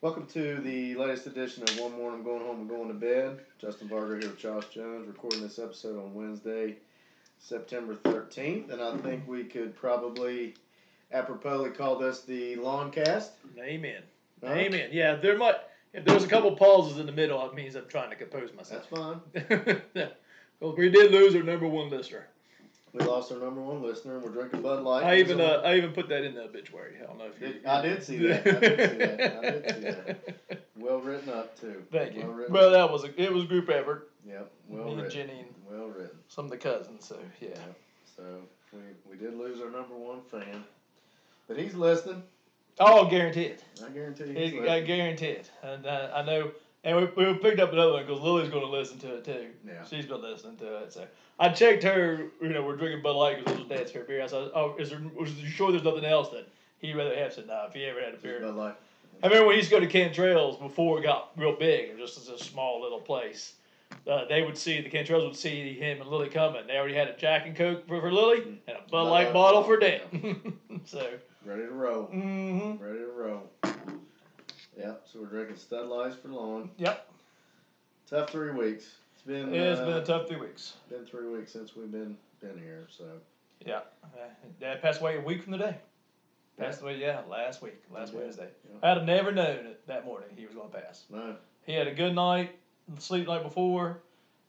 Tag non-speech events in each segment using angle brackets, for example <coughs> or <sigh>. Welcome to the latest edition of One More I'm Going Home and Going to Bed. Justin Vargo here with Josh Jones, recording this episode on Wednesday, September 13th, and I think we could probably aproposly call this the Lawn Cast. Amen. Huh? Amen. Yeah, there might if there was a couple pauses in the middle, it means I'm trying to compose That's myself. <laughs> fine. Well, we did lose our number one listener. We lost our number one listener, and we're drinking Bud Light. I even uh, I even put that in the obituary. I don't know if you. Did- I did see that. I did see that. I did see that. well written up too. <laughs> Thank you. Well written. Well, that was a, it was a group effort. yep. Well Me and written. Jenny and Well written. some of the cousins. So yeah. So we we did lose our number one fan, but he's listening. Oh, guaranteed. I guarantee you. He's It, I guarantee it. And uh, I know. And we, we picked up another one because Lily's going to listen to it too. Yeah. She's been listening to it. So I checked her. You know, we're drinking Bud Light because it was Dad's favorite beer. I said, "Oh, is there? Was you sure there's nothing else that he'd rather have?" Said, "Nah, if he ever had a beer." Bud Light. I remember when he used to go to Cantrell's before it got real big, or just as a small little place. Uh, they would see the Cantrell's would see him and Lily coming. They already had a Jack and Coke for, for Lily and a Bud Bud Light Light bottle bottle, for Dad. <laughs> so, Ready to roll. hmm Ready to roll. Yep. So we're drinking Stud Lights for long. yep, Tough three weeks. It's been. it's uh, been a tough three weeks. been three weeks since we've been been here. So Yeah. Uh, Dad passed away a week from today. Passed away, yeah, last week, last Yeah. Wednesday. Yeah. I'd have never known it that morning he was going to pass. no. He had a good night, sleep night before,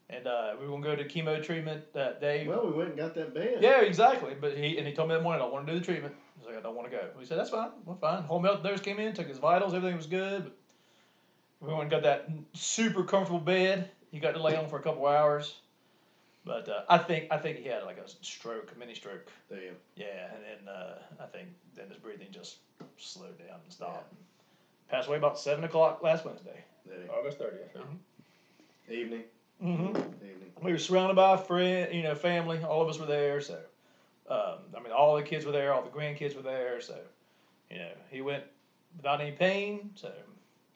and uh, we were going to go to chemo treatment that day. Well, we went and got that bed. yeah, exactly. But he and he told me that morning I want to do the treatment. He's like, I don't want to go. We said that's fine, we're fine. Home health nurse came in, took his vitals, everything was good. But we went and got that super comfortable bed. He got to lay on for a couple hours, but uh, I think I think he had like a stroke, a mini stroke. Damn. Yeah, and then uh, I think then his breathing just slowed down and stopped. Passed away about seven o'clock last Wednesday, Damn. August thirtieth. Evening. Mm-hmm. Evening. We were surrounded by friend, you know, family. All of us were there, so um, I mean, all the kids were there, all the grandkids were there, so you know, he went without any pain. So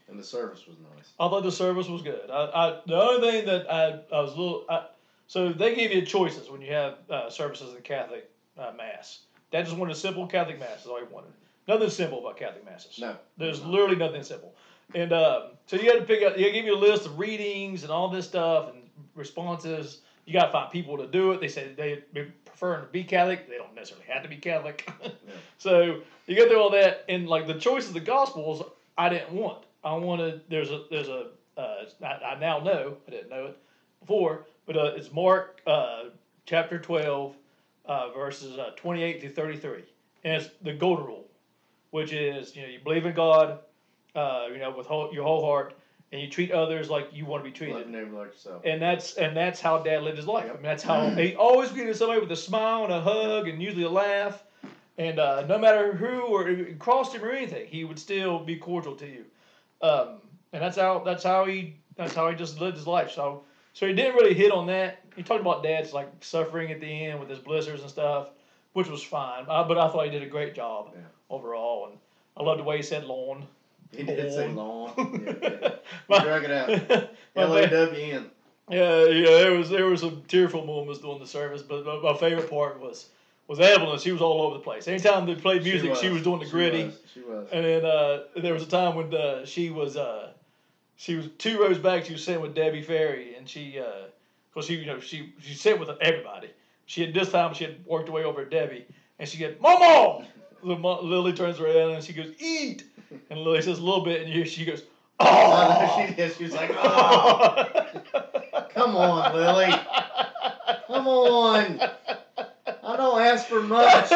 And the service was nice. I thought the service was good. I, I the only thing that I, I was a little I, so they give you choices when you have uh, services in Catholic uh, mass. That just wanted a simple Catholic mass. Is all he wanted. Nothing simple about Catholic masses. No. There's No. literally nothing simple. And um, so you had to pick up. They give you a list of readings and all this stuff and responses. You got to find people to do it. They say they they prefer to be Catholic. They don't necessarily have to be Catholic. <laughs> So you go through all that, and like the choice of the Gospels, I didn't want. I wanted there's a there's a uh, I, I now know I didn't know it before, but uh, it's Mark uh, chapter twelve uh, verses uh, twenty eight through thirty three, and it's the golden rule, which is you know you believe in God, uh, you know with whole, your whole heart, and you treat others like you want to be treated. Love your neighbor like yourself. And that's and that's how Dad lived his life. I Yep. mean, that's how Mm. he always greeted somebody with a smile and a hug and usually a laugh. And uh, no matter who or if you crossed him or anything, he would still be cordial to you. Um, and that's how that's how he that's how he just lived his life. So so he didn't really hit on that. He talked about Dad's like suffering at the end with his blisters and stuff, which was fine. I, but I thought he did a great job Yeah. overall, and I love the way he said lawn. He did say Lawn. lawn. <laughs> Yeah, he did. My- He drug it out. my L bad. A W N. Yeah, yeah, there was there was some tearful moments during the service, but my, my favorite part was was Evelyn. She was all over the place. Anytime they played music, she was, doing the gritty. She was. And then uh, there was a time when uh, she was uh, she was two rows back. She was sitting with Debbie Ferry, and she uh, cause she you know she she sat with everybody. She had this time she had worked her way over to Debbie, and she said, "Mama." The mo- Lily turns around and she goes, "Eat," and Lily says a little bit, and here she goes, Oh, <laughs> "Oh." she, did. she was like, oh, "Ah!" <laughs> come on, Lily. Come on. I don't ask for much.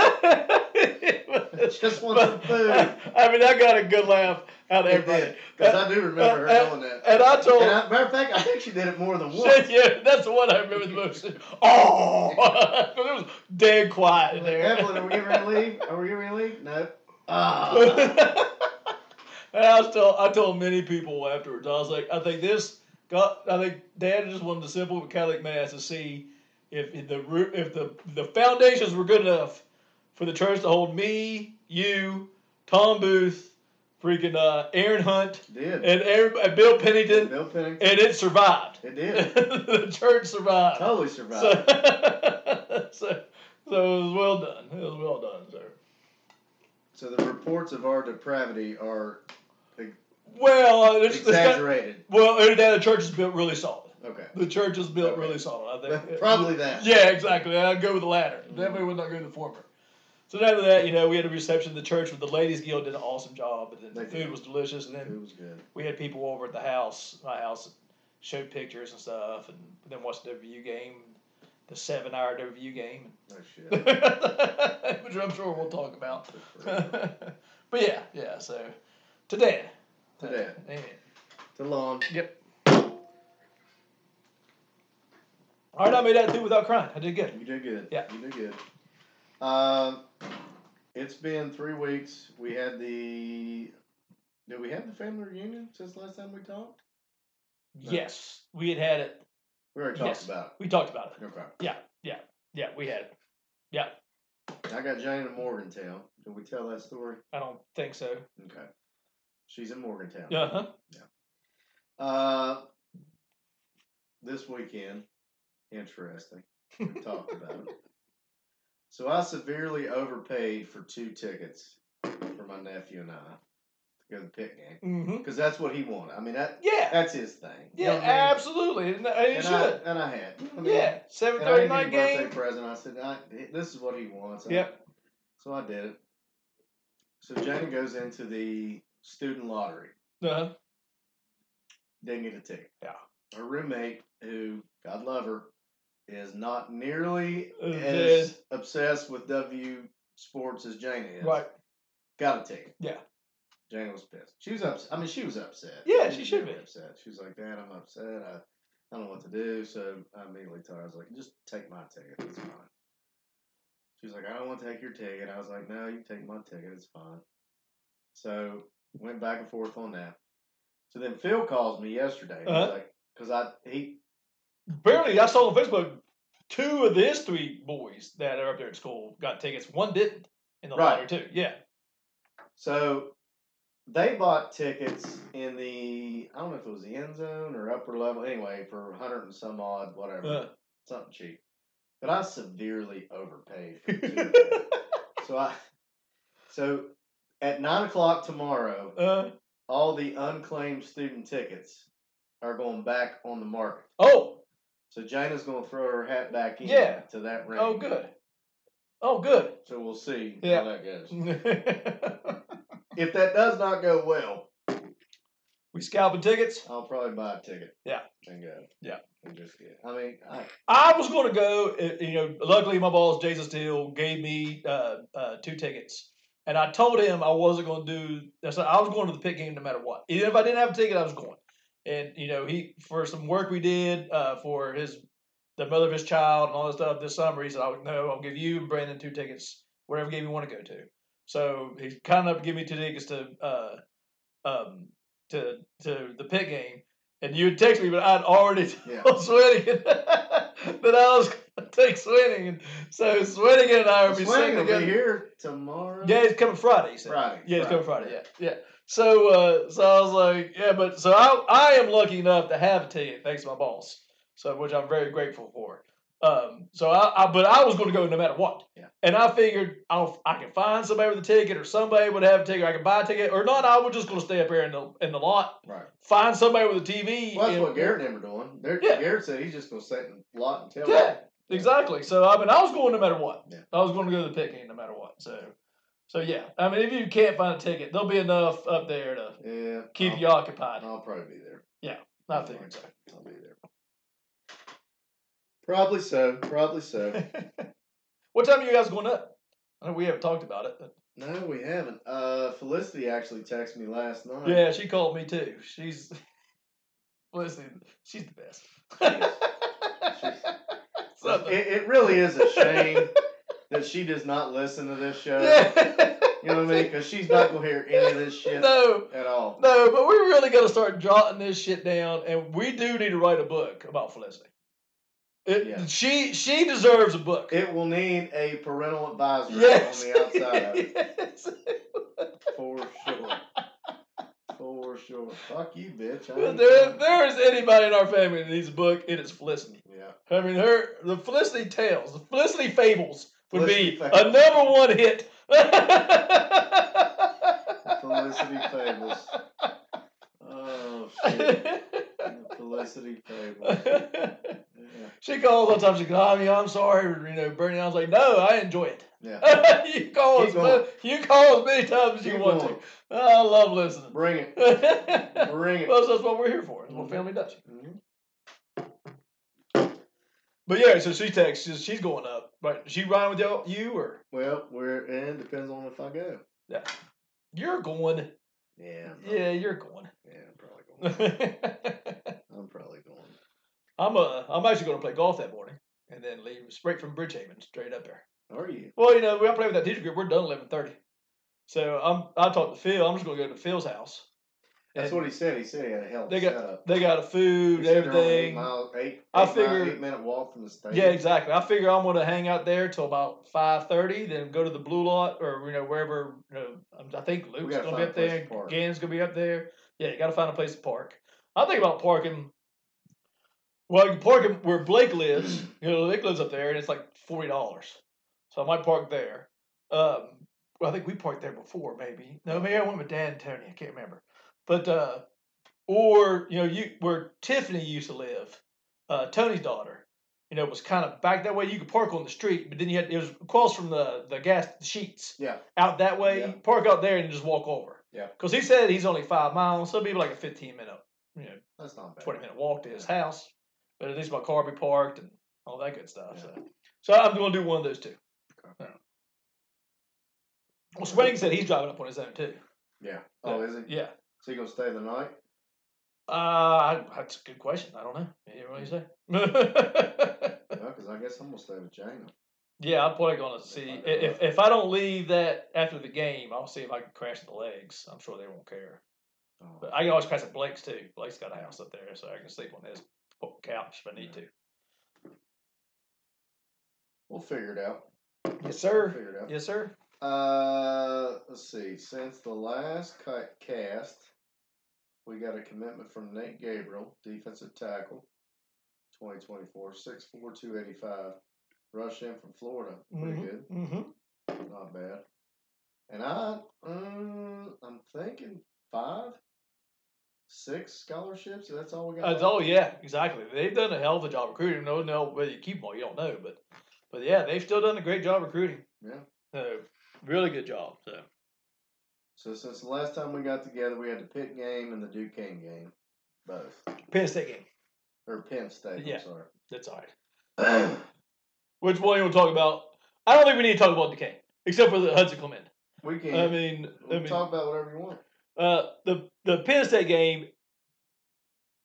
I just want <laughs> some food. I mean, I got a good laugh out of everybody. Because I do remember her doing that. And I told And I, matter of fact, I think she did it more than shit, once. yeah, that's the one I remember the most. Oh, <laughs> 'Cause it was dead quiet in there. Evelyn, are we ever gonna leave? Are we ever gonna leave? No. <laughs> Ah. <laughs> and I was told, I told many people afterwards. I was like, I think this got. I think Dad just wanted a simple Catholic mass to see if, if the root, if the the foundations were good enough for the church to hold me, you, Tom Booth, freaking uh, Aaron Hunt, did. and everybody, Bill Pennington, Bill Pennington. and it survived. It did. <laughs> the church survived. Totally So, survived. <laughs> so, so it was well done. It was well done, sir. So the reports of our depravity are Well, uh, there's, there's got- Exaggerated. well, uh, the church is built really solid. Okay. The church is built Okay. really solid. I think Probably that. Yeah, exactly. I'd go with the latter. Mhm. Definitely would not go with the former. So after that, you know, we had a reception at the church with the Ladies Guild did an awesome job, and then the They did. food was delicious, and then It was good. we had people over at the house, my house, showed pictures and stuff, and then watched the WU game, the seven-hour WU game, Oh, shit. <laughs> which I'm sure we'll talk about. <laughs> but yeah, yeah. So today, Today. Amen. to lawn. All right, I made that through without crying. I did good. You did good. Yeah. You did good. Um, it's been three weeks. We had the. Did we have the family reunion since last time we talked? Right. Yes, we had had it. We already talked Yes. about We talked about it. it. Okay. Yeah, we had it. I got Jane in Morgantown. Did we tell that story? I don't think so. Okay. She's in Morgantown. Uh huh. Uh, this weekend, interesting. <laughs> We talked about it. So I severely overpaid for two tickets for my nephew and I to go to the picnic Mm-hmm. because that's what he wanted. I mean that Yeah. that's his thing. You Yeah, know what I mean? absolutely. And, and you And I, should. and I had. I mean, yeah, seven And I gave him a thirty night birthday game. present. I said, I, "This is what he wants." I- Yep. So I did it. So Jane goes into the student lottery. Uh-huh. didn't get a ticket. Yeah. Her roommate, who God love her, is not nearly Uh, as obsessed with W sports as Jane is. Right. Got a ticket. Yeah. Jane was pissed. She was upset. I mean, she was upset. Yeah, she was should very be. upset. She was like, "Dad, I'm upset. I, I don't know what to do." So I immediately told her, "I was like, just take my ticket. It's fine." She was like, "I don't want to take your ticket." I was like, "No, you take my ticket. It's fine." So went back and forth on that. So then Phil calls me yesterday. He's Uh-huh. like, "Cause I he Apparently, I saw on Facebook two of his three boys that are up there at school got tickets. One didn't in the Right. lottery too. Yeah. So they bought tickets in the I don't know if it was the end zone or upper level anyway for a hundred and some odd whatever Uh, something cheap. But I severely overpaid. For two of <laughs> them. so I so at nine o'clock tomorrow, uh, all the unclaimed student tickets are going back on the market. oh, So Jana's going to throw her hat back in Yeah. to that range. oh, good. Oh, good. <laughs> So we'll see Yeah. how that goes. we If that does not go well, scalping tickets. I'll probably buy a ticket. Yeah. And go. Yeah. And just get. I mean, I, I was going to go. uh, You know, luckily my boss Jason Steele gave me uh, uh, two tickets, and I told him I wasn't going to do. I said I was going to the pit game no matter what. Even if I didn't have a ticket, I was going. And you know, he for some work we did uh, for his the mother of his child and all this stuff this summer. He said, "I'll no, I'll give you and Brandon two tickets, whatever game you want to go to." So he's kind enough to give me two tickets to uh, um, to to the pit game. And you would text me, but I'd already yeah. on <laughs> Swinnigan that I was going to take Swinnigan. So Swinnigan and I are The be swing sitting will be together. here tomorrow. Yeah, he's coming Friday. He said. Friday. Yeah, he's coming Friday. Yeah, yeah. So, uh, so I was like, yeah, but so I, I am lucky enough to have a ticket thanks to my boss. So, which I'm very grateful for. Um, so I, I but I was going to go no matter what. Yeah. And I figured I'll, I can find somebody with a ticket, or somebody would have a ticket. I can buy a ticket, or not. I was just going to stay up here in the in the lot, Right. find somebody with a TV. Well, that's and- what Garrett and them are doing. They're, Yeah. Garrett said he's just going to sit in the lot and tell Yeah, them. exactly. So I mean, I was going no matter what. Yeah. I was going to go to the pit game no matter what. So, so yeah. I mean, if you can't find a ticket, there'll be enough up there to Yeah. keep I'll, you occupied. I'll probably be there. I figured so. I'll be there. Probably so. Probably <laughs> so. what time are you guys going up? I know we haven't talked about it. But no, we haven't. Uh, Felicity actually texted me last night. yeah, she called me too. She's <laughs> listen, she's the best. <laughs> She's- Something. <laughs> It, it really is a shame that she does not listen to this show. yeah. You know what I mean? Because she's not gonna hear any of <laughs> this shit no. at all. No, but we really got to start jotting this shit down, and we do need to write a book about Felicity. It, Yeah. She she deserves a book. It will need a parental advisory yes. on the outside of <laughs> it, yes. for sure. For sure. Fuck you, bitch. I If ain't there, if coming. there is anybody in our family that needs a book, it is Felicity. yeah. I mean, her the Felicity tales, the Felicity fables would Felicity be Fables. <laughs> a number one hit. Felicity Fables. Oh shit. Felicity Cable. Yeah. she calls all the time. She goes, I mean, I'm sorry, you know, Bernie. I was like, no, I enjoy it. <laughs> yeah. you call Keep as going. mu- you call as many times as you Keep want going. to. I love listening. <laughs> Bring it. well, Bring it. that's what we're here for. That's what family does. Mhm. But yeah, so she texts. She's, she's going up. Right? She riding with y'all, you or Well, we're in. Depends on if I go. you're going? Yeah. I'm probably, Yeah, you're going. <laughs> yeah, I'm probably going. I'm I'm probably going. uh, I'm actually going to play golf that morning and then leave straight from Bridgehaven straight up there. Are you? Well, you know, we all play with that teacher group. We're done eleven thirty, so I'm I talked to Phil. I'm just going to go to Phil's house. That's And what he said. He said he had a hell of They a got- setup. they got a He food, said they're on an Eight everything. mile, eight, I eight mile- figured- eight minute walk from the station. Yeah, exactly. I figure I'm gonna hang out there till about five thirty, then go to the blue lot or you know wherever. You know, um, I think Luke's gotta find gonna be a up place there. to park. Gan's gonna be up there. Yeah, you gotta find a place to park. I think about parking. Well, you can park in- where Blake <clears throat> lives. you know, Blake lives up there, and it's like forty dollars. So I might park there. Um, well, I think we parked there before, maybe. No, maybe I went with Dan and Tony. I can't remember. But uh, or you know, you where Tiffany used to live, uh, Tony's daughter. You know, was kind of back that way. You could park on the street, but then you had it was across from the the gas sheets. Yeah. Out that way, Yeah. park out there, and just walk over. Yeah. Because he said he's only five miles, so it'd be like a fifteen minute, you know, That's not bad. twenty minute walk to his house. But at least my car be parked and all that good stuff. So, so I'm going to do one of those two. Well, Spring said he's driving up on his own too. Yeah. Oh, is he? Yeah. So you gonna stay the <laughs> night? Uh, that's a good question. I don't know. You know what you say? <laughs> Yeah, because I guess I'm gonna stay with Jana. yeah, I'm probably gonna see if if I don't leave that after the game, I'll see if I can crash the legs. I'm sure they won't care. Oh. But I can always crash at Blake's too. Blake's got a house up there, so I can sleep on his couch if I need to. We'll figure it out. Yes, We'll sir. figure it out. Yes, sir. Uh, let's see. Since the last cut cast, we got a commitment from Nate Gabriel, defensive tackle, 2024, 6'4", 285. Rush in from Florida. Pretty good. Mm-hmm. Not bad. And I, um, I'm thinking five, six scholarships. That's all we got. That's left? all. Yeah, exactly. They've done a hell of a job recruiting. No, no, whether you keep them all, you don't know. But, but yeah, they've still done a great job recruiting. Yeah. So, really good job. So. So since the last time we got together, we had the Pitt game and the Duquesne game, both Penn State game. or Penn State. Yeah. I'm sorry. That's all right. Which one you want to talk about? I don't think we need to talk about Duquesne, except for the Hudson Clement. <clears throat> we can. I mean, I we'll mean, talk about whatever you want. uh, the the Penn State game.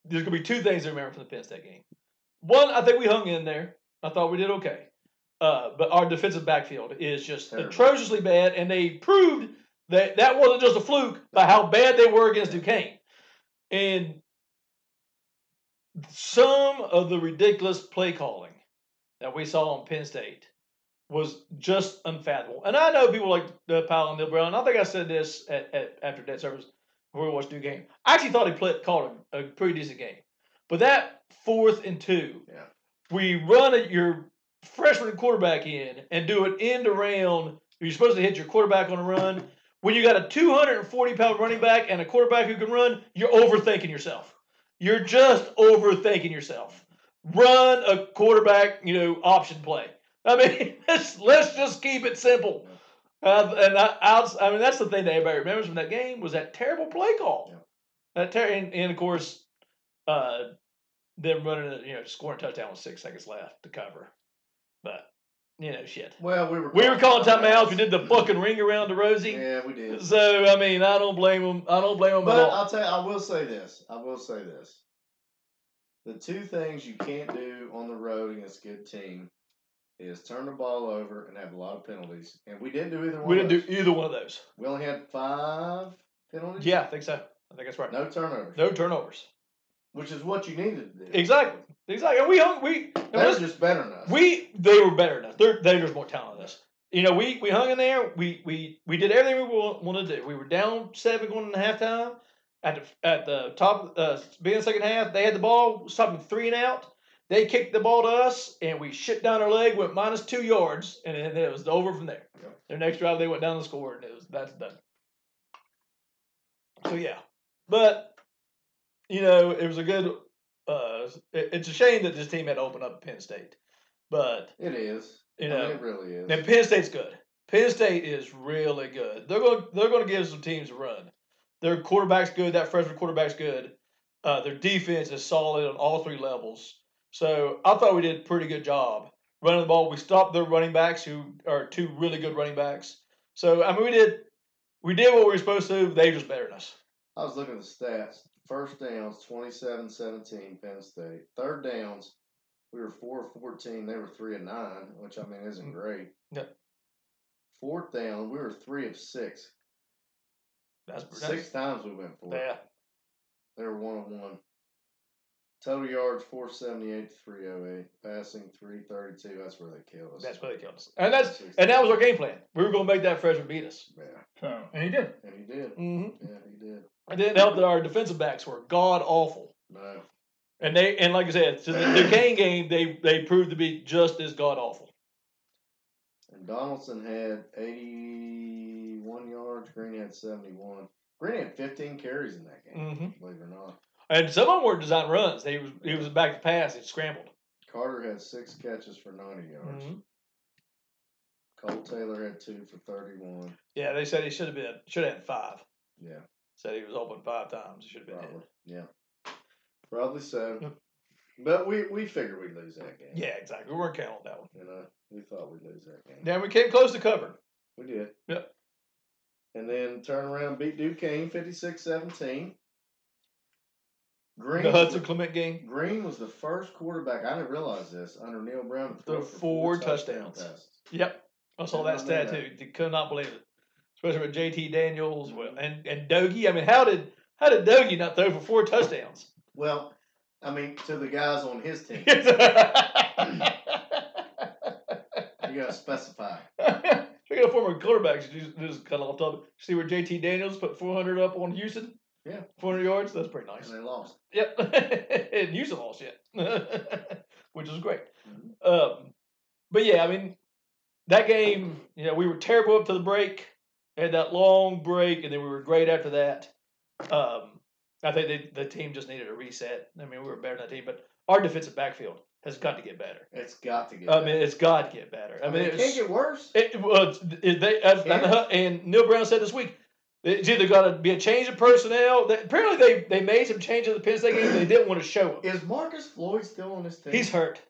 There's gonna be two things to remember from the Penn State game. One, I think we hung in there. I thought we did okay, uh, but our defensive backfield is just Terrible. atrociously bad, and they proved that that wasn't just a fluke by how bad they were against Duquesne, and some of the ridiculous play calling that we saw on Penn State was just unfathomable. And I know people like uh, Powell and Neil Brown. I think I said this at, at after debt service before we watched Duke game. I actually thought he played called a, a pretty decent game, but that fourth and two, Yeah. we run at your freshman quarterback in and do an end around. You're supposed to hit your quarterback on a run. When you got a 240 pound running back and a quarterback who can run, you're overthinking yourself. You're just overthinking yourself. Run a quarterback, you know, option play. I mean, <laughs> let's, let's just keep it simple. Uh, and I, I, I mean, that's the thing that everybody remembers from that game was that terrible play call. Yeah. That ter- and, and of course, uh, them running, a, you know, scoring a touchdown with six seconds left to cover. But you know, shit. Well, we were We were calling timeouts. We did the fucking ring around to Rosie. Yeah, <laughs> we did. So I mean, I don't blame them. I don't blame them at But all. I'll tell you, I will say this. I will say this. The two things you can't do on the road against a good team is turn the ball over and have a lot of penalties. And we didn't do either one. We of didn't those. do either one of those. We only had five penalties. Yeah, I think so. I think that's right. No turnovers, No turnovers. which is what you needed to do. Exactly. Exactly. And we hung. We and They're let's- just better than us. We they were better than us. They're they're just more talented than us. You know, we we hung in there. We we we did everything we wa- wanted to do. We were down seven going into halftime. At the at the top, uh, being second half, they had the ball, something three and out. They kicked the ball to us, and we shit down our leg, went minus two yards, and then it was over from there. Yeah. Their next drive, they went down and scored, and it was that's done. So yeah, but you know, it was a good. Uh, it- it's a shame that this team had to open up Penn State, but It is. you I mean, know, it really is. now Penn State's good. Penn State is really good. They're going. They're going to give some teams a run. Their quarterback's good. That freshman quarterback's good. Uh, their defense is solid on all three levels. So I thought we did a pretty good job running the ball. We stopped their running backs, who are two really good running backs. So I mean, we did. We did what we were supposed to. They just better than us. I was looking at the stats. First downs, 27-17, Penn State. Third downs, we were 4 of 14. They were 3 of 9, which, I mean, isn't Mm. great. Yeah. Fourth down, we were 3 of 6. That's, that's Six times we went for it. Yeah, They were 1 of 1. Total yards, 478 to 308. Passing, 332. That's where they killed us. that's what they killed us. And that's and that was our game plan. We were going to make that freshman beat us. Yeah, and he did. and he did. Mm-hmm. Yeah, he did. It didn't help that our defensive backs were god awful. No. And they and like I said, so the Duquesne game they they proved to be just as god awful. And Donaldson had 81 yards. Green had 71. Green had 15 carries in that game, Mm-hmm. believe it or not. And some of them were design runs. They was he was back to pass. It scrambled. Carter had six catches for 90 yards. Mhm. Cole Taylor had two for 31. Yeah, they said he should have been should have had five. Yeah, Said he was open five times. It should have been. probably. hit. Yeah, probably so. Yep. But we we figured we'd lose that game. Yeah, exactly. We weren't counting on that one. You know, we thought we'd lose that game. Now we came close to cover. We did. Yep. And then turn around, beat Duquesne 56 17. Green, The Hudson Clement game. Green was the first quarterback, I didn't realize this, under Neil Brown to Throw throw for four, four touchdown touchdowns. passes. Yep, I saw Yeah, I that remember stat too. They Could not believe it, especially with JT Daniels well, and and Dogie. I mean, how did how did Dogie not throw for four touchdowns? <laughs> Well, I mean, to the guys on his team, you Speaking got to specify. of former quarterbacks, you just, just kind of off topic. See where JT Daniels put 400 up on Houston? Yeah. 400 yards? That's pretty And nice. they lost. Yep. <laughs> and Houston lost yet, which is great. Mhm. Um, but yeah, I mean, that game, you know, we were terrible up to the break. Had that long break, and then we were great after that. Um, I think they, the team just needed a reset. I mean, we were better than that team, but our defensive backfield has got to get better. It's got to get I better. mean, it's got to get better. I mean, it it's- can't get worse. it, well, it's- it- they, as- Yeah. and, Hu- and Neil Brown said this week, it's either got to be a change of personnel. They, apparently, they, they made some changes in the Penn State game. They didn't want to show him. Is Marcus Floyd still on this team? He's hurt.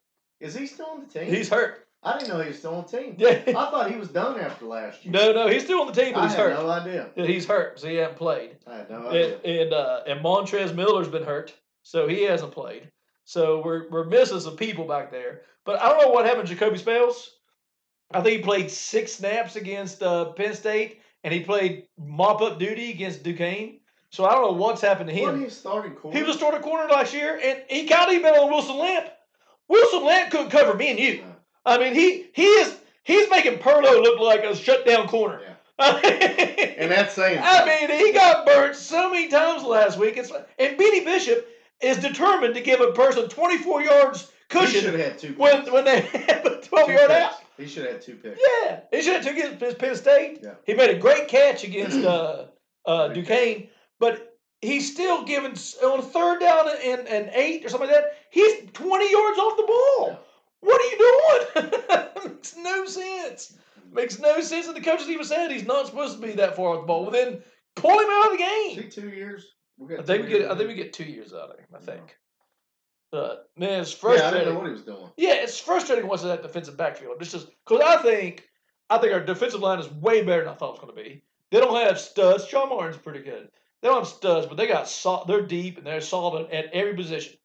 Is he still on the team? He's hurt. <laughs> I didn't know he was still on the team. Yeah. I thought he was done after last year. No, no, he's still on the team, but I he's had hurt. no idea. Yeah, he's hurt, so he hasn't played. I had no idea. And and, uh, and Montrez Miller's been hurt, so he hasn't played. So we're we're missing some people back there. But I don't know what happened to Jacoby Spells. I think he played six snaps against uh, Penn State, and he played mop up duty against Duquesne. So I don't know what's happened to Wasn't him. he starting quarter? He was a starting corner last year, and he kind of even on Wilson Lamp. Wilson Lamp couldn't cover me and you. No. I mean, he he is he's making Perlo look like a shutdown corner. Yeah. <laughs> and that's saying I mean, he got burnt so many times last week. It's and Benny Bishop is determined to give a person 24 yards something. he should have cushion had two. when picks. when they <laughs> have a Two 12 yard picks. out. He should have had two picks. Yeah, he should have took his, his Penn State. Yeah. He made a great catch against <clears throat> uh, uh, Great Duquesne, but he's still giving s- on third down and, and eight or something like that. He's 20 yards off the ball. Yeah. What are you doing? <laughs> Makes no sense. Makes no sense. And the coaches even said he's not supposed to be that far off the ball. Well, then pull him out of the game. See, two years. We got I think we two get. years. I think we get two years out of him. Yeah. I think. But man, it's Yeah, I frustrating. didn't know what he was doing. Yeah, it's frustrating once it's that defensive backfield. It's just because I think I think our defensive line is way better than I thought it was going to be. They don't have studs. Sean Martin's pretty good. They don't have studs, but they got sol- they're deep and they're solid at every position.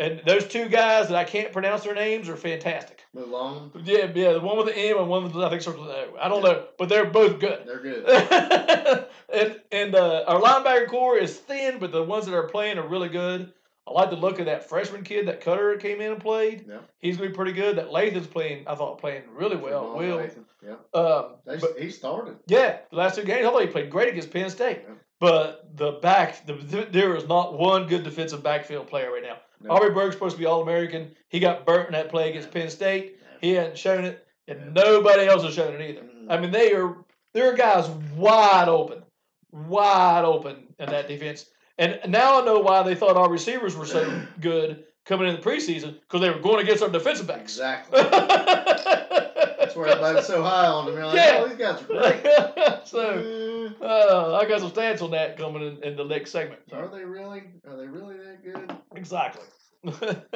And those two guys that I can't pronounce their names are fantastic. Malone, Yeah, yeah, the one with the M and one with the, I think starts with the O. I don't know, but they're both good they're good. <laughs> and and uh, our linebacker core is thin, but the ones that are playing are really good. I like the look of that freshman kid that Cutter came in and played. Yeah. He's gonna be pretty good. That Lathan's playing, I thought playing really well. Malone, Will, Nathan. Yeah, um, they, but he started. yeah, the last two games I thought he played great against Penn State. Yeah. But the back, the, there is not one good defensive backfield player right now. No. Aubrey Berg's supposed to be All American. He got burnt in that play against Penn State. He hadn't shown it, and Yeah. nobody else has shown it either. Mm-mm. I mean, they are there are guys wide open, wide open in that defense, And now I know why they thought our receivers were <clears throat> so Mm. <laughs> good coming in the preseason because they were going against our defensive backs. Exactly. <laughs> That's That's why everybody's so high on them. You're like, Yeah. oh, these guys are great. <laughs> so Eh, uh, I got some stats on that coming in, in the next segment. are they really? Are they really that good? Exactly. <laughs>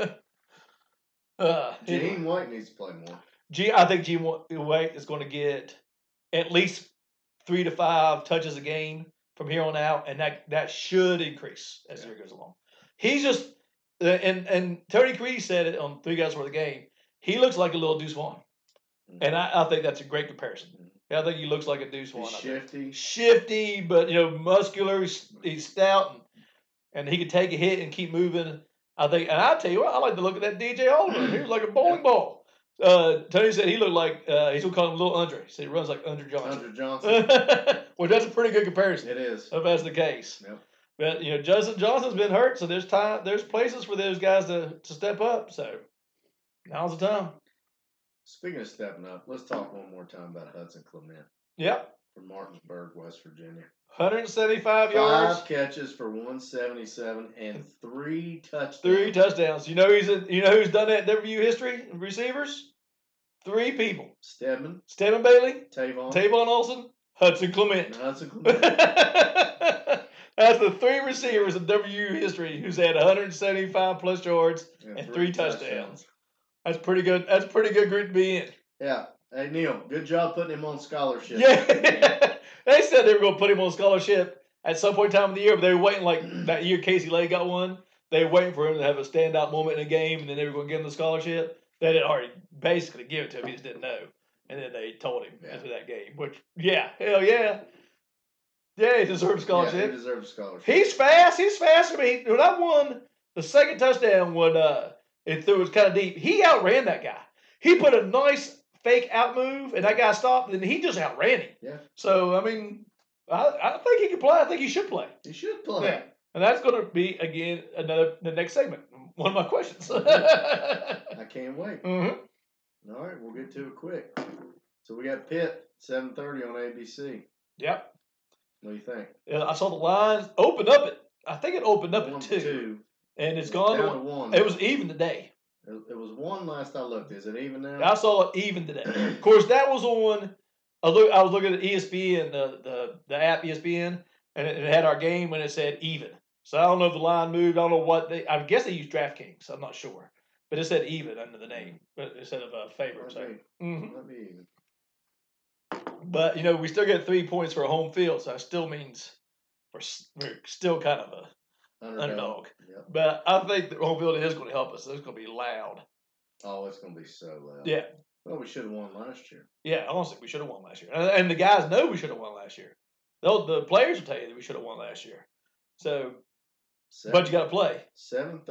uh, anyway. Gene White needs to play more. G, I think G White is going to get at least three to five touches a game from here on out, and that that should increase as the year goes along. He's just uh, and and Tony Creed said it on Three Guys for the Game. He looks like a little Deuce Vaughn, and I, I think that's a great comparison. I think he looks like a Deuce Vaughn. He's out there. shifty. Shifty, but you know, muscular. He's, he's stout, and, and he can take a hit and keep moving. I think, and I tell you what, I like to look at that DJ Oliver. He was like a bowling ball. Uh, Tony said he looked like uh, he's gonna call him Little Andre. He said he runs like Andre Johnson. Andre <laughs> Johnson. well, that's a pretty good comparison it is. if that's the case. Yep. But you know, Justin Johnson's been hurt, so there's time. There's places for those guys to, to step up. So now's the time. Speaking of stepping up, let's talk one more time about Hudson Clement Yep, from Martinsburg, West Virginia. 175 yards. Five catches for 177 and three touchdowns. Three touchdowns. You know he's in, you know who's done that in WU history receivers? Three people: Stedman, Stephen Bailey, Tavon, Tavon Olson, Hudson and Clement. <laughs> Hudson Clement. That's the three receivers in WU history who's had 175 plus yards. And three touchdowns. That's pretty good. That's pretty good group to be in. Yeah. Hey, Neil, good job putting him on scholarship. Yeah, <laughs> they said they were going to put him on scholarship at some point in time of the year, but they were <clears throat> waiting like that year Casey Lay got one. They were waiting for him to have a standout moment in a game, and then they were going to give him the scholarship. They had already basically given it to him; he just didn't know. And then they told him Yeah. after that game, which yeah, hell yeah, yeah, he deserves a Yeah, he scholarship. deserves a scholarship. he's fast. He's fast. I mean, when I won the second touchdown, when uh, it threw it was kind of deep, he outran that guy. He put a nice fake out move, and that guy stopped, and he just outran him. Yeah. So I mean, I, I think he can play. I think he should play, He should play. Yeah. and that's going to be again another the next segment. One of my questions. <laughs> Mm-hmm. I can't wait. Mhm. All right, we'll get to it quick. So we got Pitt, 7.30 on ABC. Yep. What do you think? Yeah, I saw the lines open up. It. I think it opened up One at to two, and it's gone. Down to- to one. it was even today. It- it was one last I looked. Is it even now? <coughs> I saw it even today. Of course, that was on. I look. I was looking at E ESPN, the the, the app E ESPN, and it, it had our game, and it said even. So I don't know if the line moved. I don't know what they. I guess they used DraftKings. I'm not sure, but it said even under the name but instead of a favorite. Might So. be- hmm might be even. But you know, we still get three points for a home field, so that still means we're, s- we're still kind of a Underdog. underdog. Yep. But I think the home field is going to help us. It's going to be loud. Oh, it's going to be so loud. Yeah. Well, we should have won last year. Yeah, honestly, we should have won last year. And, and the guys know we should have won last year. They'll, the players will tell you that we should have won last year. So, but you got to play. 7.30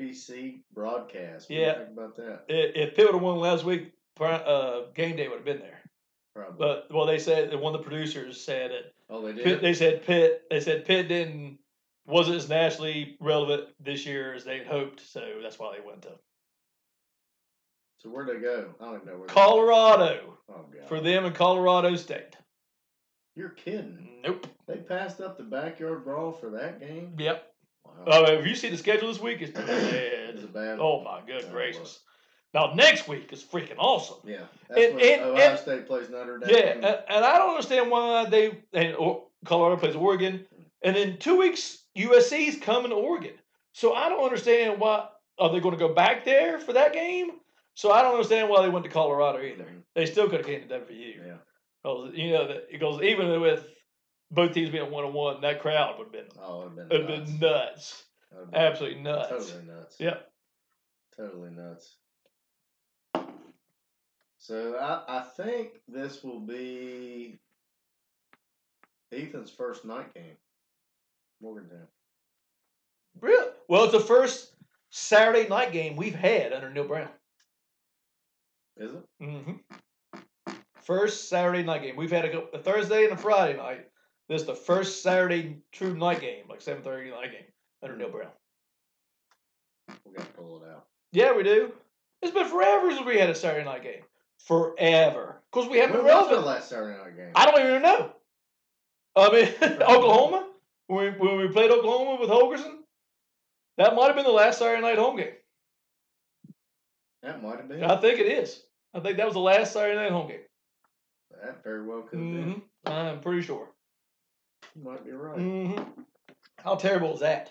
ABC broadcast. What do you Yeah. think about that? If, if Pitt would have won last week, pri- uh, game day would have been there. Probably. But well, they said that one of the producers said it. oh, they Pitt, did? they said Pitt. They said Pitt didn't wasn't as nationally relevant this year as they had hoped. So that's why they went to so where'd they go? I don't even know where Colorado they Oh, God. for them and Colorado State. You're kidding. Nope. They passed up the backyard brawl for that game? Yep. Wow. <coughs> Uh, if you see the schedule this week, it's bad. It's a bad Oh my good Yeah, it gracious! Now next week is freaking awesome. Yeah. That's And- when and- Ohio and- State plays Notre Dame. Yeah, and, and I don't understand why they and or, Colorado plays Oregon, and in two weeks USC's coming to Oregon. So I don't understand why are they going to go back there for that game. So I don't understand why they went to Colorado either. Mhm. They still could have came to WU. Yeah. Because you know that because even with both teams being one on one, that crowd would have been Oh, it'd would been have nuts. been nuts, That'd been absolutely nuts. Totally nuts. Yep. Totally nuts. So I, I think this will be Ethan's first night game. Morgantown. Really? Well, it's the first Saturday night game we've had under Neil Brown. Is it? Mm-hmm. Mm-hmm. First Saturday night game. We've had a, cou- a Thursday and a Friday night. This is the first Saturday true night game, like 7.30 night game under Neil Brown. We gotta pull it out. Yeah, we do. It's been forever since we had a Saturday night game. Forever. Because we haven't When been was the relevant. last Saturday night game? <laughs> I don't even know. I mean, Oklahoma? When we, when we played Oklahoma with Holgerson, that might have been the last Saturday night home game. That might have been. I think it is. I think that was the last Saturday night home game. That very well could have hmm been. I'm pretty sure. You might be right. hmm How terrible is that?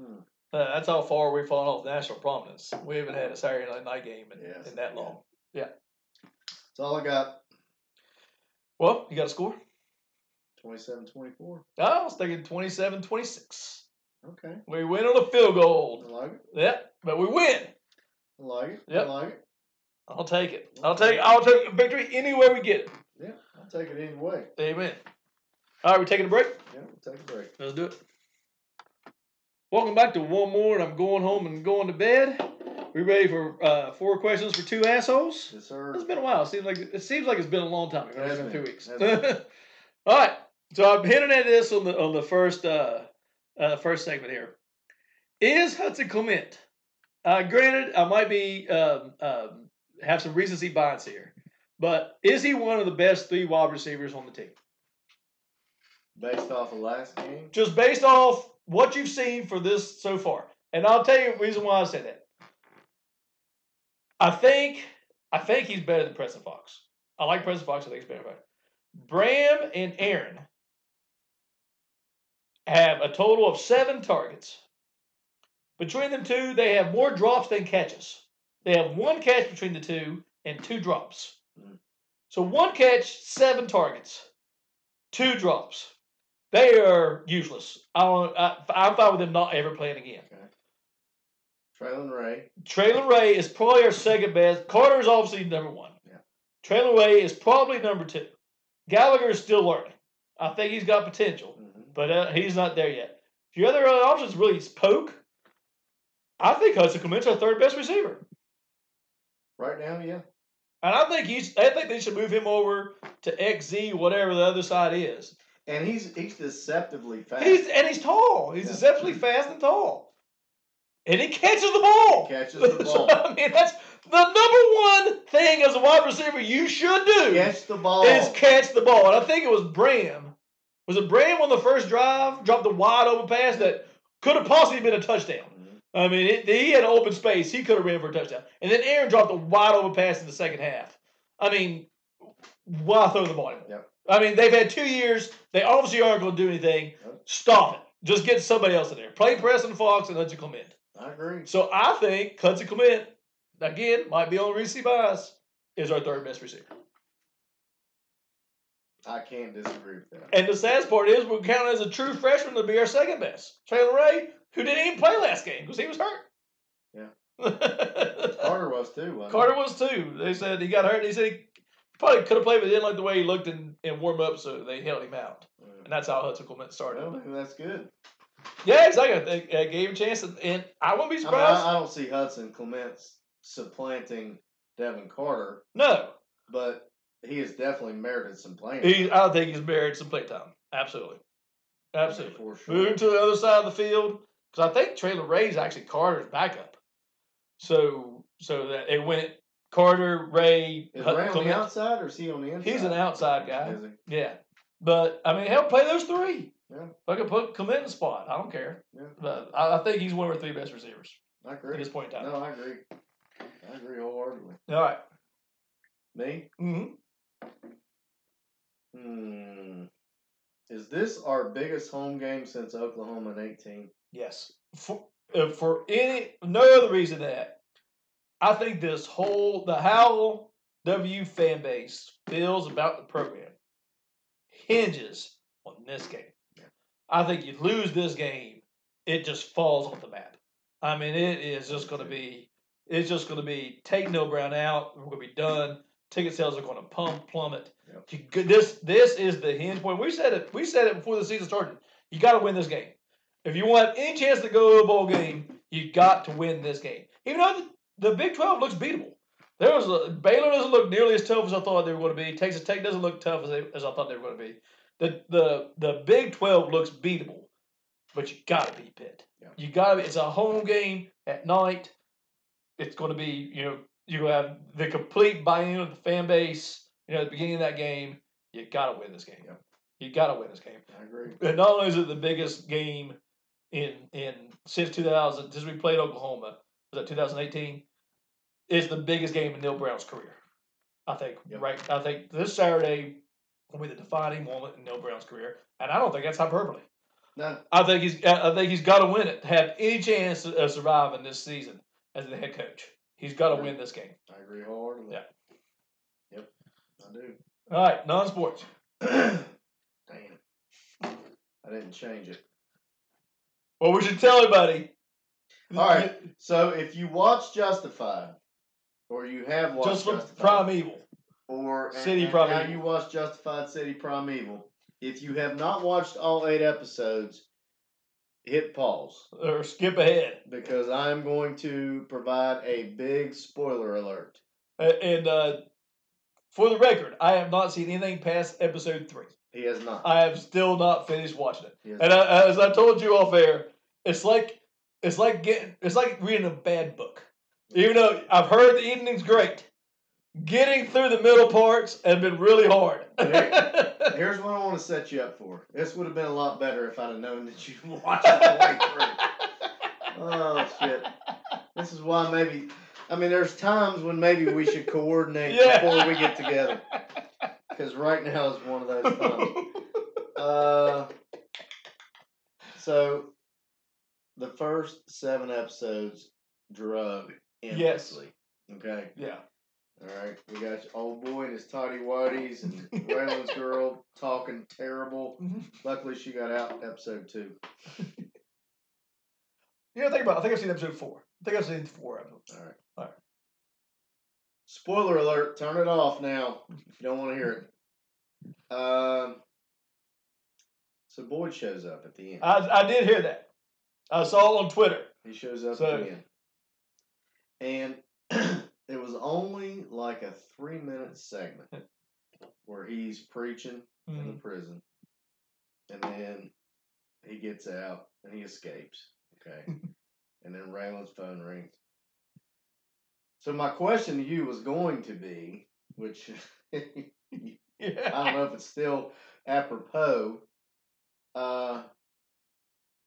Hmm. Uh, that's how far we've fallen off national prominence. We haven't had a Saturday night, night game in, Yes. in that long. That's all I got. Well, you got a score? 27-24. I was thinking 27 26. Okay. We win on a field I goal. like it. Yep, but we win. I like it. Yep. I like it. I'll take it. I'll take I'll take a victory anywhere we get it. Yeah. I'll take it either way. Amen. All right, we're taking a break. Yeah. We'll take a break. Let's do it. Welcome back to one more, and I'm going home and going to bed. We ready for uh, four questions for two assholes? Yes, sir. It's been a while. It seems like it seems like it's been a long time. It has been two weeks. Has <laughs> All right. So I'm hinting at this on the on the first uh, uh, first segment here. Is Hudson Clement? Uh, granted, I might be um, um, have some recency bias here, but is he one of the best three wide receivers on the team? Based off of last game. just based off what you've seen for this so far. And I'll tell you the reason why I say that. I think I think he's better than Preston Fox. I like Preston Fox. I think he's better. But Bram and Aaron have a total of seven targets. Between them two, they have more drops than catches. They have one catch between the two and two drops. Mhm. So one catch, seven targets, two drops. They are useless. I don't. I, I'm fine with them not ever playing again. Traylon Ray. Traylon Ray is probably our second best. Carter is obviously number one. Yeah. Traylon Ray is probably number two. Gallagher is still learning. I think he's got potential, Mm-hmm. but uh, he's not there yet. Your other uh, options really is Poke. I think Hudson Clement's our third best receiver, Right now, yeah. and I think he's. I think they should move him over to XZ, whatever the other side is. And he's he's deceptively fast. He's and he's tall. He's Yeah. exceptionally fast and tall, and he catches the ball. catches the So, ball. I mean, <laughs> that's the number one thing as a wide receiver you should do Catch the ball. is catch the ball. And I think it was Bram. Was it Bram on the first drive? Dropped the wide open pass that could have possibly been a touchdown. Mhm. I mean, it, he had open space. He could have ran for a touchdown. And then Aaron dropped a wide open pass in the second half. I mean, why throw the ball anymore? Yep. I mean, they've had two years. They obviously aren't going to do anything. Yep. Stop it. Just get somebody else in there. Play Preston Fox and Hudson Clement. I agree. So I think Hudson Clement, again, might be on Reese bias, is our third best receiver. I can't disagree with that. And the saddest part is we count as a true freshman to be our second best. Traylon Ray, who didn't even play last game because he was hurt. Yeah. Carter was too. Wasn't <laughs> Carter was too. They said he got hurt. They said he probably could have played, but didn't like the way he looked in, in warm up, so they held him out. He? And that's how Hudson Clement started. Well, maybe that's good. Yeah, exactly. They, they gave him a chance, and, and I wouldn't be I, mean, surprised. I, I don't see Hudson Clements supplanting Devin Carter, no, but he has definitely merited some playing. he, time. I think he's married some playtime. Absolutely. Absolutely. For sure. Moving to the other side of the field because I think Traylon Ray's actually Carter's backup. So so that it went Carter Ray. Is Hut- Ray on the Clement. outside or is he on the inside? He's an outside guy. Is he? Yeah, but I mean, hell, play those three. Yeah. Fucking put Clement in the spot. I don't care. Yeah. But I, I think he's one of our three best receivers I at agree. this point in time. No, I agree. I agree wholeheartedly. All right. Me? Mhm. Hmm. Is this our biggest home game since Oklahoma in 18? Yes. For uh, for any no other reason than that I think this whole the Howell W fan base feels about the program hinges on this game. Yeah. I think you lose this game, it just falls off the map. I mean, it is just going to be it's just going to be take Neil Brown out. We're going to be done. Ticket sales are going to pump plummet. Yep. You g this this is the hinge point. We said it. We said it before the season started. You got to win this game. If you want any chance to go to a bowl game, you got to win this game. Even though the the Big Twelve looks beatable. There was a, Baylor doesn't look nearly as tough as I thought they were going to be. Texas Tech doesn't look tough as, they, as I thought they were going to be. The the the Big Twelve looks beatable, but you got to beat Pitt. Yeah. You got to. It's a home game at night. It's going to be you know you have the complete buy-in of the fan base. You know at the beginning of that game, you got to win this game. Yeah. You got to win this game. I agree. And not only is it the biggest game in in since 2000, since we played Oklahoma, was that 2018? It's the biggest game in Neil Brown's career. I think. Yep. Right. I think this Saturday will be the defining moment in Neil Brown's career, and I don't think that's hyperbole. No, I think he's I think he's got to win it to have any chance of surviving this season as the head coach. He's got to Agreed. win this game. I agree wholeheartedly. Yeah. Yep, I do. <clears throat> All right, non-sports. Damn. I didn't change it. Well, we should tell everybody. All right. So if you watch Justified, or you have watched just for Justified, primeval. or and- City and Primeval. now you watch Justified City Primeval. If you have not watched all eight episodes, hit pause or skip ahead. because I am going to provide a big spoiler alert. A- And uh, for the record, I have not seen anything past episode three. He has not. I have still not finished watching it. He has And I, as I told you off air, it's like it's like getting it's like reading a bad book. Even though I've heard the ending's great, getting through the middle parts has been really hard. <laughs> Here's what I want to set you up for. This would have been a lot better if I'd have known that <laughs> you'd watch it all the way through. Oh shit! This is why maybe. I mean, there's times when maybe we should coordinate Yeah. before we get together. Because right now is one of <laughs> those times. Uh, so, the first seven episodes drug Yes. endlessly. Okay. yeah, All right, we got your old boy and his toddy whities and Raylan's girl talking terrible. Luckily, she got out in episode two. you know, think about. It. I think I've seen episode four. I think I've seen four of them. All right, All right. Spoiler alert! Turn it off now. If you don't want to hear it. Um. So Boyd shows up at the end. I I did hear that. I saw it on Twitter. He shows up So- at the end, and <clears throat> it was only like a three-minute segment where he's preaching. in the prison, and then he gets out and he escapes. Okay, and then Raylan's phone rings. So my question to you was going to be, which <laughs> I <laughs> Yeah. don't know if it's still apropos, uh,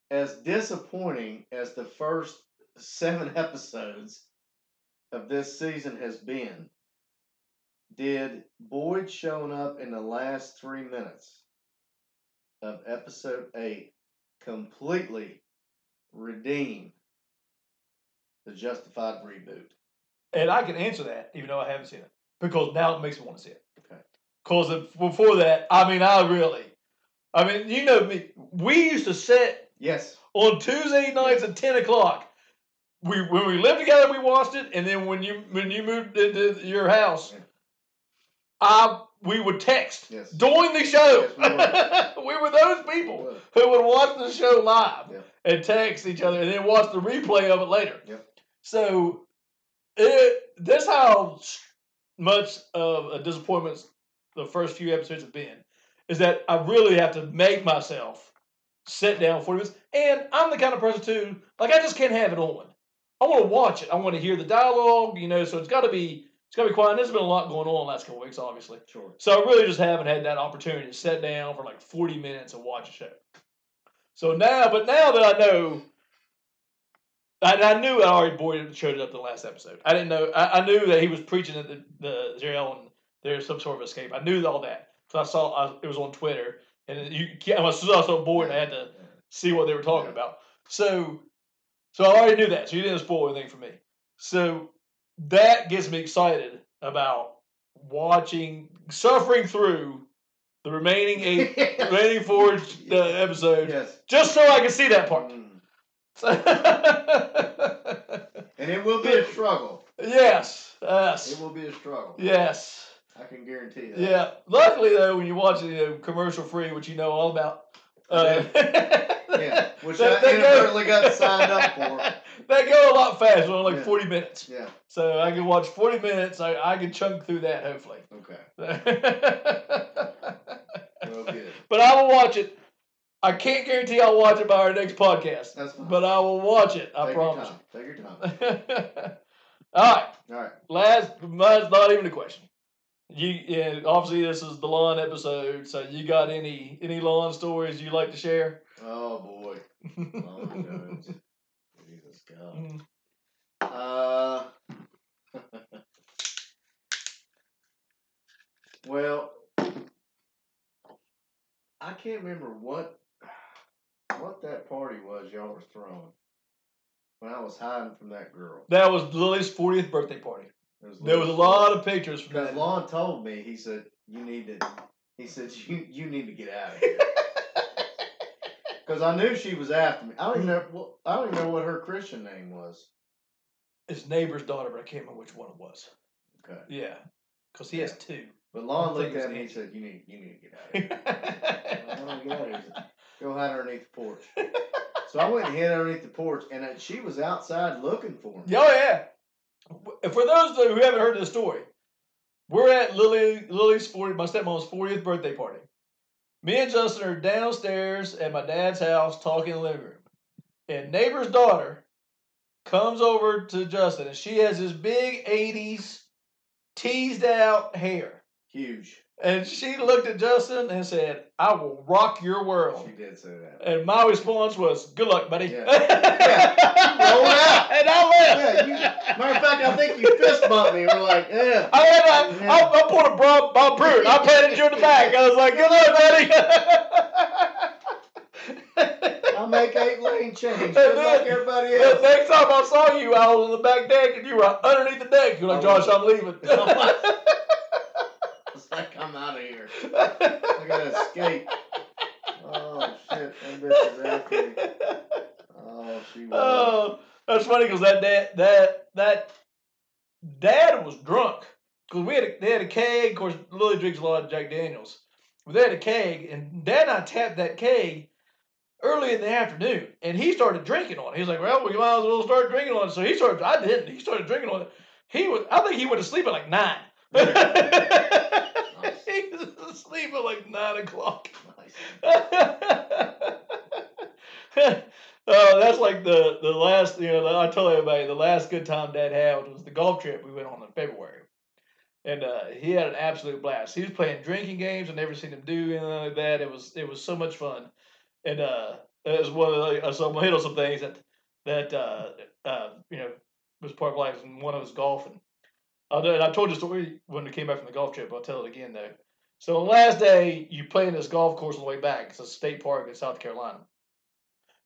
as disappointing as the first seven <laughs> episodes of this season has been. Did Boyd showing up in the last three minutes of episode eight completely redeem the justified reboot? And I can answer that, even though I haven't seen it, because now it makes me want to see it. Okay. Because before that, I mean, I really, I mean, you know me. We used to sit Yes. on Tuesday nights at ten o'clock. We when we lived together, we watched it, and then when you when you moved into your house, Yeah. I we would text Yes. during the show. Yes, <laughs> we were those people who would watch the show live Yeah. and text each other and then watch the replay of it later. Yep. So it, that's how much of a disappointment the first few episodes have been. Is that I really have to make myself sit down for minutes, and I'm the kind of person too. Like I just can't have it on. I want to watch it. I want to hear the dialogue. You know, so it's got to be it's got to be quiet. And There's been a lot going on the last couple weeks, obviously. Sure. So I really just haven't had that opportunity to sit down for like 40 minutes and watch a show. So now, but now that I know, I, I knew I already Boyd showed it up in the last episode. I didn't know. I, I knew that he was preaching at the, the jail and there's some sort of escape. I knew all that. So I saw I, it was on Twitter, and you can't. I was so bored. I had <laughs> to see what they were talking Yeah. about. So, so I already knew that. So you didn't spoil anything for me. So that gets me excited about watching, suffering through the remaining <laughs> eight, remaining four uh, episodes, yes. just so I can see that part. Mm. So- And it will be a struggle. <laughs> yes, yes, It will be a struggle. yes. I can guarantee that. Yeah. Luckily, though, when you watch it, you know, commercial free, which you know all about. Uh, <laughs> Yeah. Which They- I they go- inadvertently got signed up for. <laughs> They go a lot faster, only like Yeah. 40 minutes. Yeah. So I can watch 40 minutes. I, I can chunk through that, hopefully. <laughs> Okay. but Well, good. I will watch it. I can't guarantee I'll watch it by our next podcast, That's fine. but I will watch it. I Take promise. Your time. Take your time. <laughs> All right. All right. Last, mine's not even a question. You yeah, obviously this is the lawn episode, so you got any any lawn stories you like to share? <laughs> Oh boy, Long Jones. Jesus God. Mm. Uh, <laughs> well, I can't remember what what that party was y'all were throwing when I was hiding from that girl. that was Lily's 40th birthday party. There was, There was a lot of pictures from Because that. Lon told me, he said, "You need to." He said, <laughs> "You you need to get out of <laughs> here." Because I knew she was after me. I don't even know. what- I don't even know what her Christian name was. His neighbor's daughter, but I can't remember which one it was. Okay. Yeah, because he has two. <laughs> But I Lon looked think it was at me and Angie. said, "You need you need to get out of here." I don't wanna get out of here. yeah, Go hide underneath the <laughs> porch. So I went and hid underneath the porch, and uh, she was outside looking for me. oh yeah. And For those who haven't heard the story, we're at Lily Lily's 40, my stepmom's 40th birthday party. Me and Justin are downstairs at my dad's house talking in the living room, and neighbor's daughter comes over to Justin, and she has this big '80s teased out hair. Huge. And she looked at Justin and said, I will rock your world. She did say <laughs> that. And my response was, Good luck, buddy. <laughs> Yeah. You rolled out. And I left. Yeah, Matter of fact, I think you fist bumped me. We're like, "Yeah." I, had a, I, I pulled a Bob, Bob Pruitt. I patted you in the back. I was like, Good <laughs> luck, buddy. I make eight lane change, just And then- like everybody <laughs> the else. next time I saw you, I was on the back deck and you were underneath the deck. You're like, Josh, I'm leaving. <laughs> It's like I'm out of here. I <laughs> gotta escape. Oh shit, that bitch is after me. Oh, she was. Oh, that's funny because that dad, that that dad was drunk because we had a, they had a keg. Of course, Lily drinks a lot of Jack Daniels. But they had a keg, and Dad and I tapped that keg early in the afternoon, and he started drinking on it. He's like, "Well, we might as well start drinking on it." So he started. I didn't. He started drinking on it. He was. I think he went to sleep at like nine. <laughs> Oh. <laughs> Nice. he was asleep at like nine o'clock. Nice. <laughs> <laughs> Oh, that's like the the last you know I tell everybody the last good time Dad had was the golf trip we went on in February, and uh, he had an absolute blast. He was playing drinking games. I never seen him do anything like that. It was it was so much fun, and uh, it was one of the, uh, so I'm gonna hit on some things that that uh, uh, you know was part of life. And one of was golfing. I know- and I told you the story when we came back from the golf trip. I'll tell it again though. So on the last day, you play in this golf course on the way back. It's a state park in South Carolina.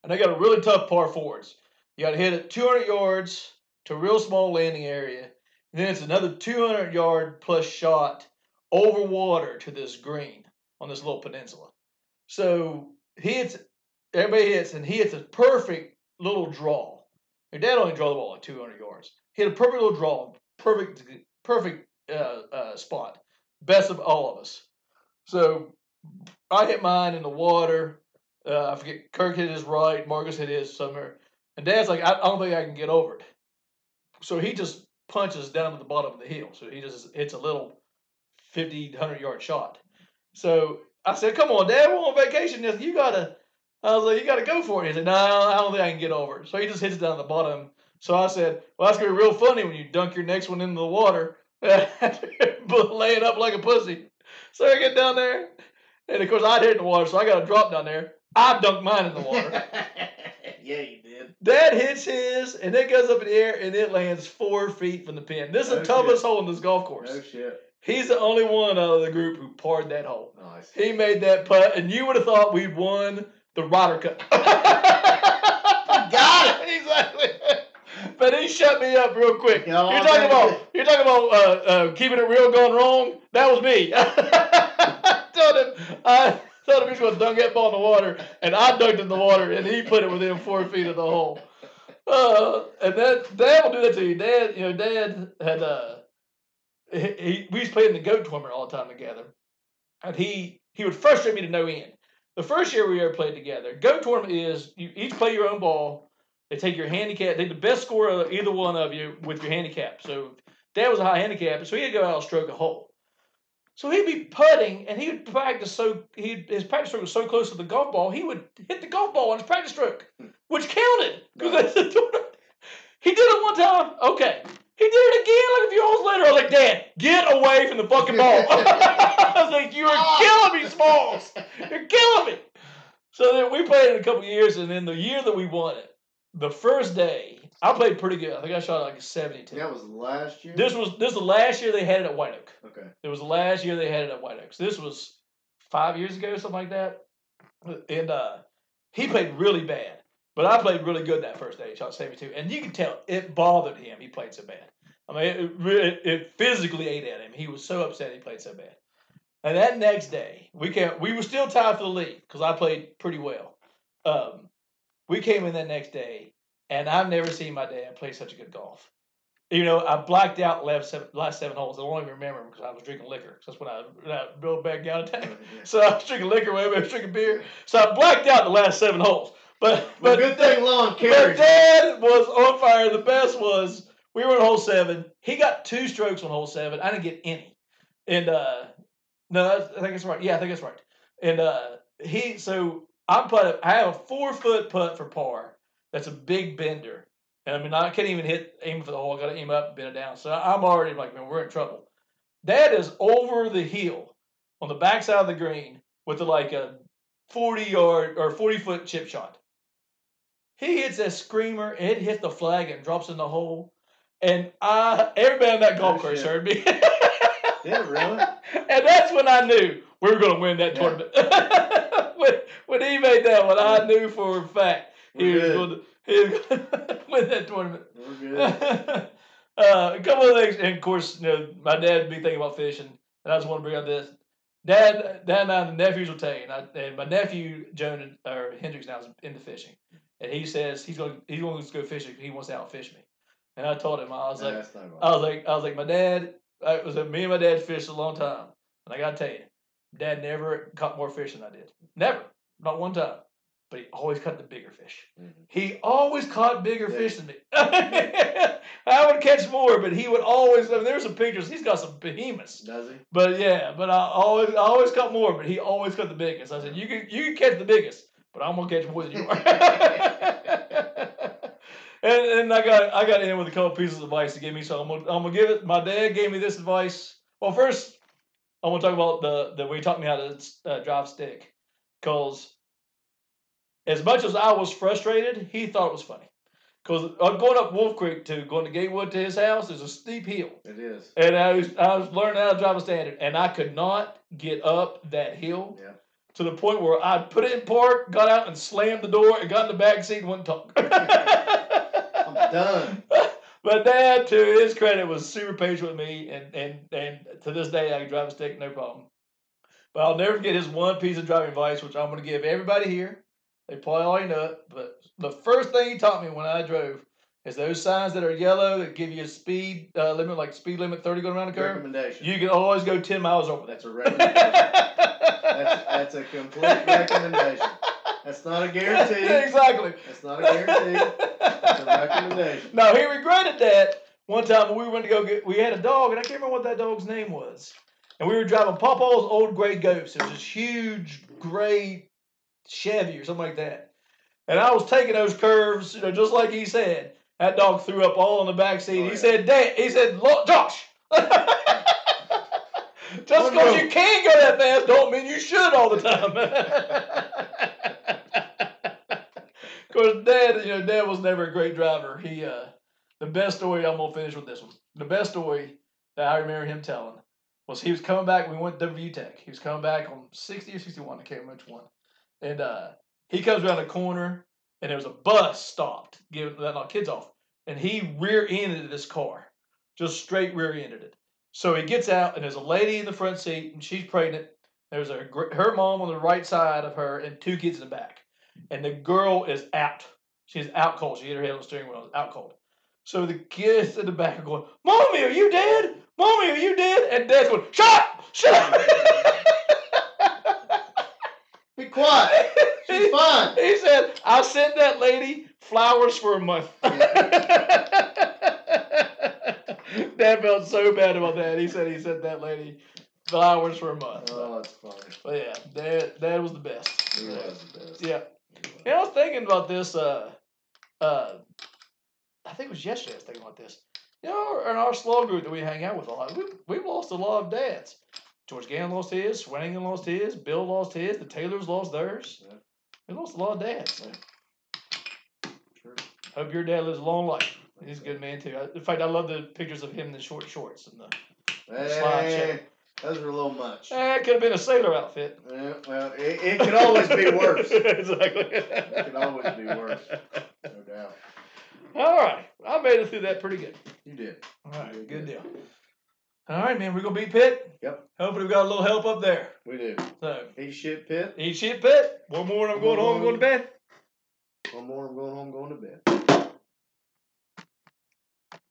And they got a really tough par fours. You got to hit it 200 yards to a real small landing area. And then it's another 200 yard plus shot over water to this green on this little peninsula. So he hits, everybody hits, and he hits a perfect little draw. Your dad only draw the ball like 200 yards. He hit a perfect little draw, perfect, perfect uh, uh, spot. Best of all of us. So I hit mine in the water. Uh, I forget. Kirk hit his right. Marcus hit his somewhere. And Dad's like, I, I don't think I can get over it. So he just punches down to the bottom of the hill. So he just hits a little 50, 100 yard shot. So I said, Come on, Dad, we're on vacation. Yes, You gotta. I was like, You gotta go for it. He said, No, I don't think I can get over it. So he just hits it down to the bottom. So I said, Well, that's gonna be real funny when you dunk your next one into the water, <laughs> but lay it up like a pussy. So I get down there, and of course I did in the water, so I got a drop down there. I dunked mine in the water. yeah, you did. Dad hits his, and it goes up in the air, and it lands four feet from the pin. This is No the toughest shit. hole in this golf course. No shit. He's the only one out of the group who parred that hole. Nice. <laughs> He made that putt, and you would have thought we'd won the Ryder Cup. <laughs> Got it exactly. But he shut me up real quick. No, you're I talking bet about you're talking about uh, uh, keeping it real going wrong. That was me. <laughs> I told him I told him he was going to dunk that ball in the water, and I dunked it in the water, and he put it within four feet of the hole. Uh, and that dad will do that to you. Dad, you know, dad had uh, he, he we used to play in the goat tournament all the time together, and he he would frustrate me to no end. The first year we ever played together, goat tournament is you each play your own ball. They take your handicap. They the best score of either one of you with your handicap. So dad was a high handicap, so he'd go out and stroke a hole. So he'd be putting, and he would practice so he his practice stroke was so close to the golf ball, he would hit the golf ball on his practice stroke, which counted because Right. that's a tournament. He did it one time, okay. He did it again like a few hours later. I was like, Dad, get away from kicking the fucking ball. <laughs> I was like, you are killing me, <laughs> Smalls. You're killing me. So then we played in a couple years, and then the year that we won it, the first day, I played pretty good. I think I shot like a 72. That was last year. This was this is the last year they had it at White Oak. <laughs> okay. It was the last year they had it at White Oaks. This was five years ago, something like that. And uh, he played really bad, but I played really good that first day. He shot seventy-two, and you could tell it bothered him. He played so bad. I mean, it, it, really- it physically ate at him. He was so upset he played so bad. And that next day, we came. We were still tied for the lead because I played pretty well. Um, we came in that next day, and I've never seen my dad play such a good golf. You know, I blacked out last seven, last seven holes. I don't even remember because I was drinking liquor. 'cause That's when I, when I built back down attack. So I was drinking liquor, maybe I was drinking beer. So I blacked out the last seven holes. But Well, but good thing Lon <laughs> but carries. Dad was on fire. The best was we were on hole seven. He got two strokes on hole seven. I didn't get any. And uh no, that's, I think it's right. Yeah, I think it's right. And uh he so I'm put. I have a four foot putt for par. That's a big bender. And I mean I can't even hit aim for the hole. I got to aim up, bend it down. So I'm already like, man, we're in trouble. Dad is over the hill on the backside of the green with like a 40 yard or 40 foot chip shot. He hits that screamer, and it hits the flag and drops in the hole. And I, everybody on that golf Oh, course shit. heard me. <laughs> Yeah, really? and that's when I knew we were going to win that Yeah. tournament. <laughs> when, when he made that one, I knew for a fact We're he was, good. going to, he was going to <laughs> win that tournament. We're good. <laughs> uh, a couple of things, and of course, you know, my dad be thinking about fishing, and I just want to bring up this. Dad, dad, and I, the nephews will tell you, and, I, and my nephew Joan or Hendrix now is into fishing, and he says he's going he's going to go fishing. He wants to outfish me, and I told him I was like, oh. That's not I right. was like, I was like, my dad. I was like, me and my dad fished a long time, and I gotta tell you, dad never caught more fish than I did. Never, not one time. But he always caught the bigger fish. Mhm. He always caught bigger Yeah. fish than me. <laughs> I would catch more, but he would always. I mean, there's some pictures. He's got some behemoths. Does he? But yeah, but I always I always caught more, but he always caught the biggest. I said, You can you can catch the biggest, but I'm gonna catch more than you are. <laughs> and and I got I got in with a couple pieces of advice he gave me, so I'm gonna I'm gonna give it my dad gave me this advice. Well first I'm gonna talk about the the way he taught me how to uh, drive stick. Cause as much as I was frustrated, he thought it was funny. Cause uh, going up Wolf Creek to going to Gatewood to his house is a steep hill. It <laughs> is. And I was I was learning how to drive a standard, and I could not get up that hill Yeah. to the point where I put it in park, got out and slammed the door, and got in the back seat and wouldn't talk. <laughs> I'm done. but Dad, to his credit, was super patient with me, and and and to this day, I can drive a stick no problem. But I'll never forget his one piece of driving advice, which I'm going to give everybody here. They probably already know it, but the first thing he taught me when I drove is those signs that are yellow that give you a speed uh, limit, like speed limit 30 going around the curve. Recommendation. Oh, You can always go 10 miles over that. That's a recommendation. <laughs> That's, <laughs> that's a complete recommendation. That's not a guarantee. exactly. That's not a guarantee. That's a recommendation. No, he regretted that one time when we went to go get, we had a dog, and I can't remember what that dog's name was. And we were driving Papa's old gray ghost. It was this huge gray Chevy or something like that. And I was taking those curves, you know, just like he said. That dog threw up all in the back seat. Oh, he yeah. said, "Dad," he said, "Lo- "Josh." Just Oh, no. because you can go that fast, don't mean you should all the <laughs> time. Of course, Dad, you know, Dad was never a great driver. He, uh, the best story, I'm gonna finish with this one. The best story that I remember him telling was he was coming back. We went to W Tech. He was coming back on 60 or 61. I can't remember which one. And uh, he comes around the corner, and there was a bus stopped, giving letting our kids off, and he rear-ended this car, just straight rear-ended it. So he gets out, and there's a lady in the front seat, and she's pregnant. There's a gr- her mom on the right side of her, and two kids in the back and the girl is out. She's out cold. She hit her head on the steering wheel. Out cold. So the kids in the back are going, "Mommy, are you dead? Mommy, are you dead?" And Dad's going, "Shut up! Shut Be quiet. <laughs> She's up!" fine. he said, "I sent that lady flowers for a month." <laughs> Dad felt so bad about that. He said he sent that lady flowers for a month. Oh, that's funny. But yeah, Dad, Dad was the best. He was the best. Yeah. He was. Yeah, I was thinking about this. Uh, uh, I think it was yesterday. I was thinking about this. You know, in our small group that we hang out with a lot, we, we've lost a lot of dads. George Gann lost his, Swanningham lost his, Bill lost his, the Taylors lost theirs. Yeah. We lost a lot of dads. True. Hope your dad lives a long life. He's a good man too. I- In fact, I love the pictures of him in the short shorts and the. Eh, those were a little much. Eh, it could have been a sailor outfit. Eh, well, it, it could always be worse. <laughs> exactly. <laughs> It could always be worse. No doubt. All right, I made it through that pretty good. You did. All right, Good good deal. deal. All right, man, we're gonna beat Pitt. Yep. Hopefully, we got a little help up there. We did. So Eat shit, Pitt. eat shit, Pitt. One more, and I'm going home. I'm going to bed. One more, I'm going home, going to bed.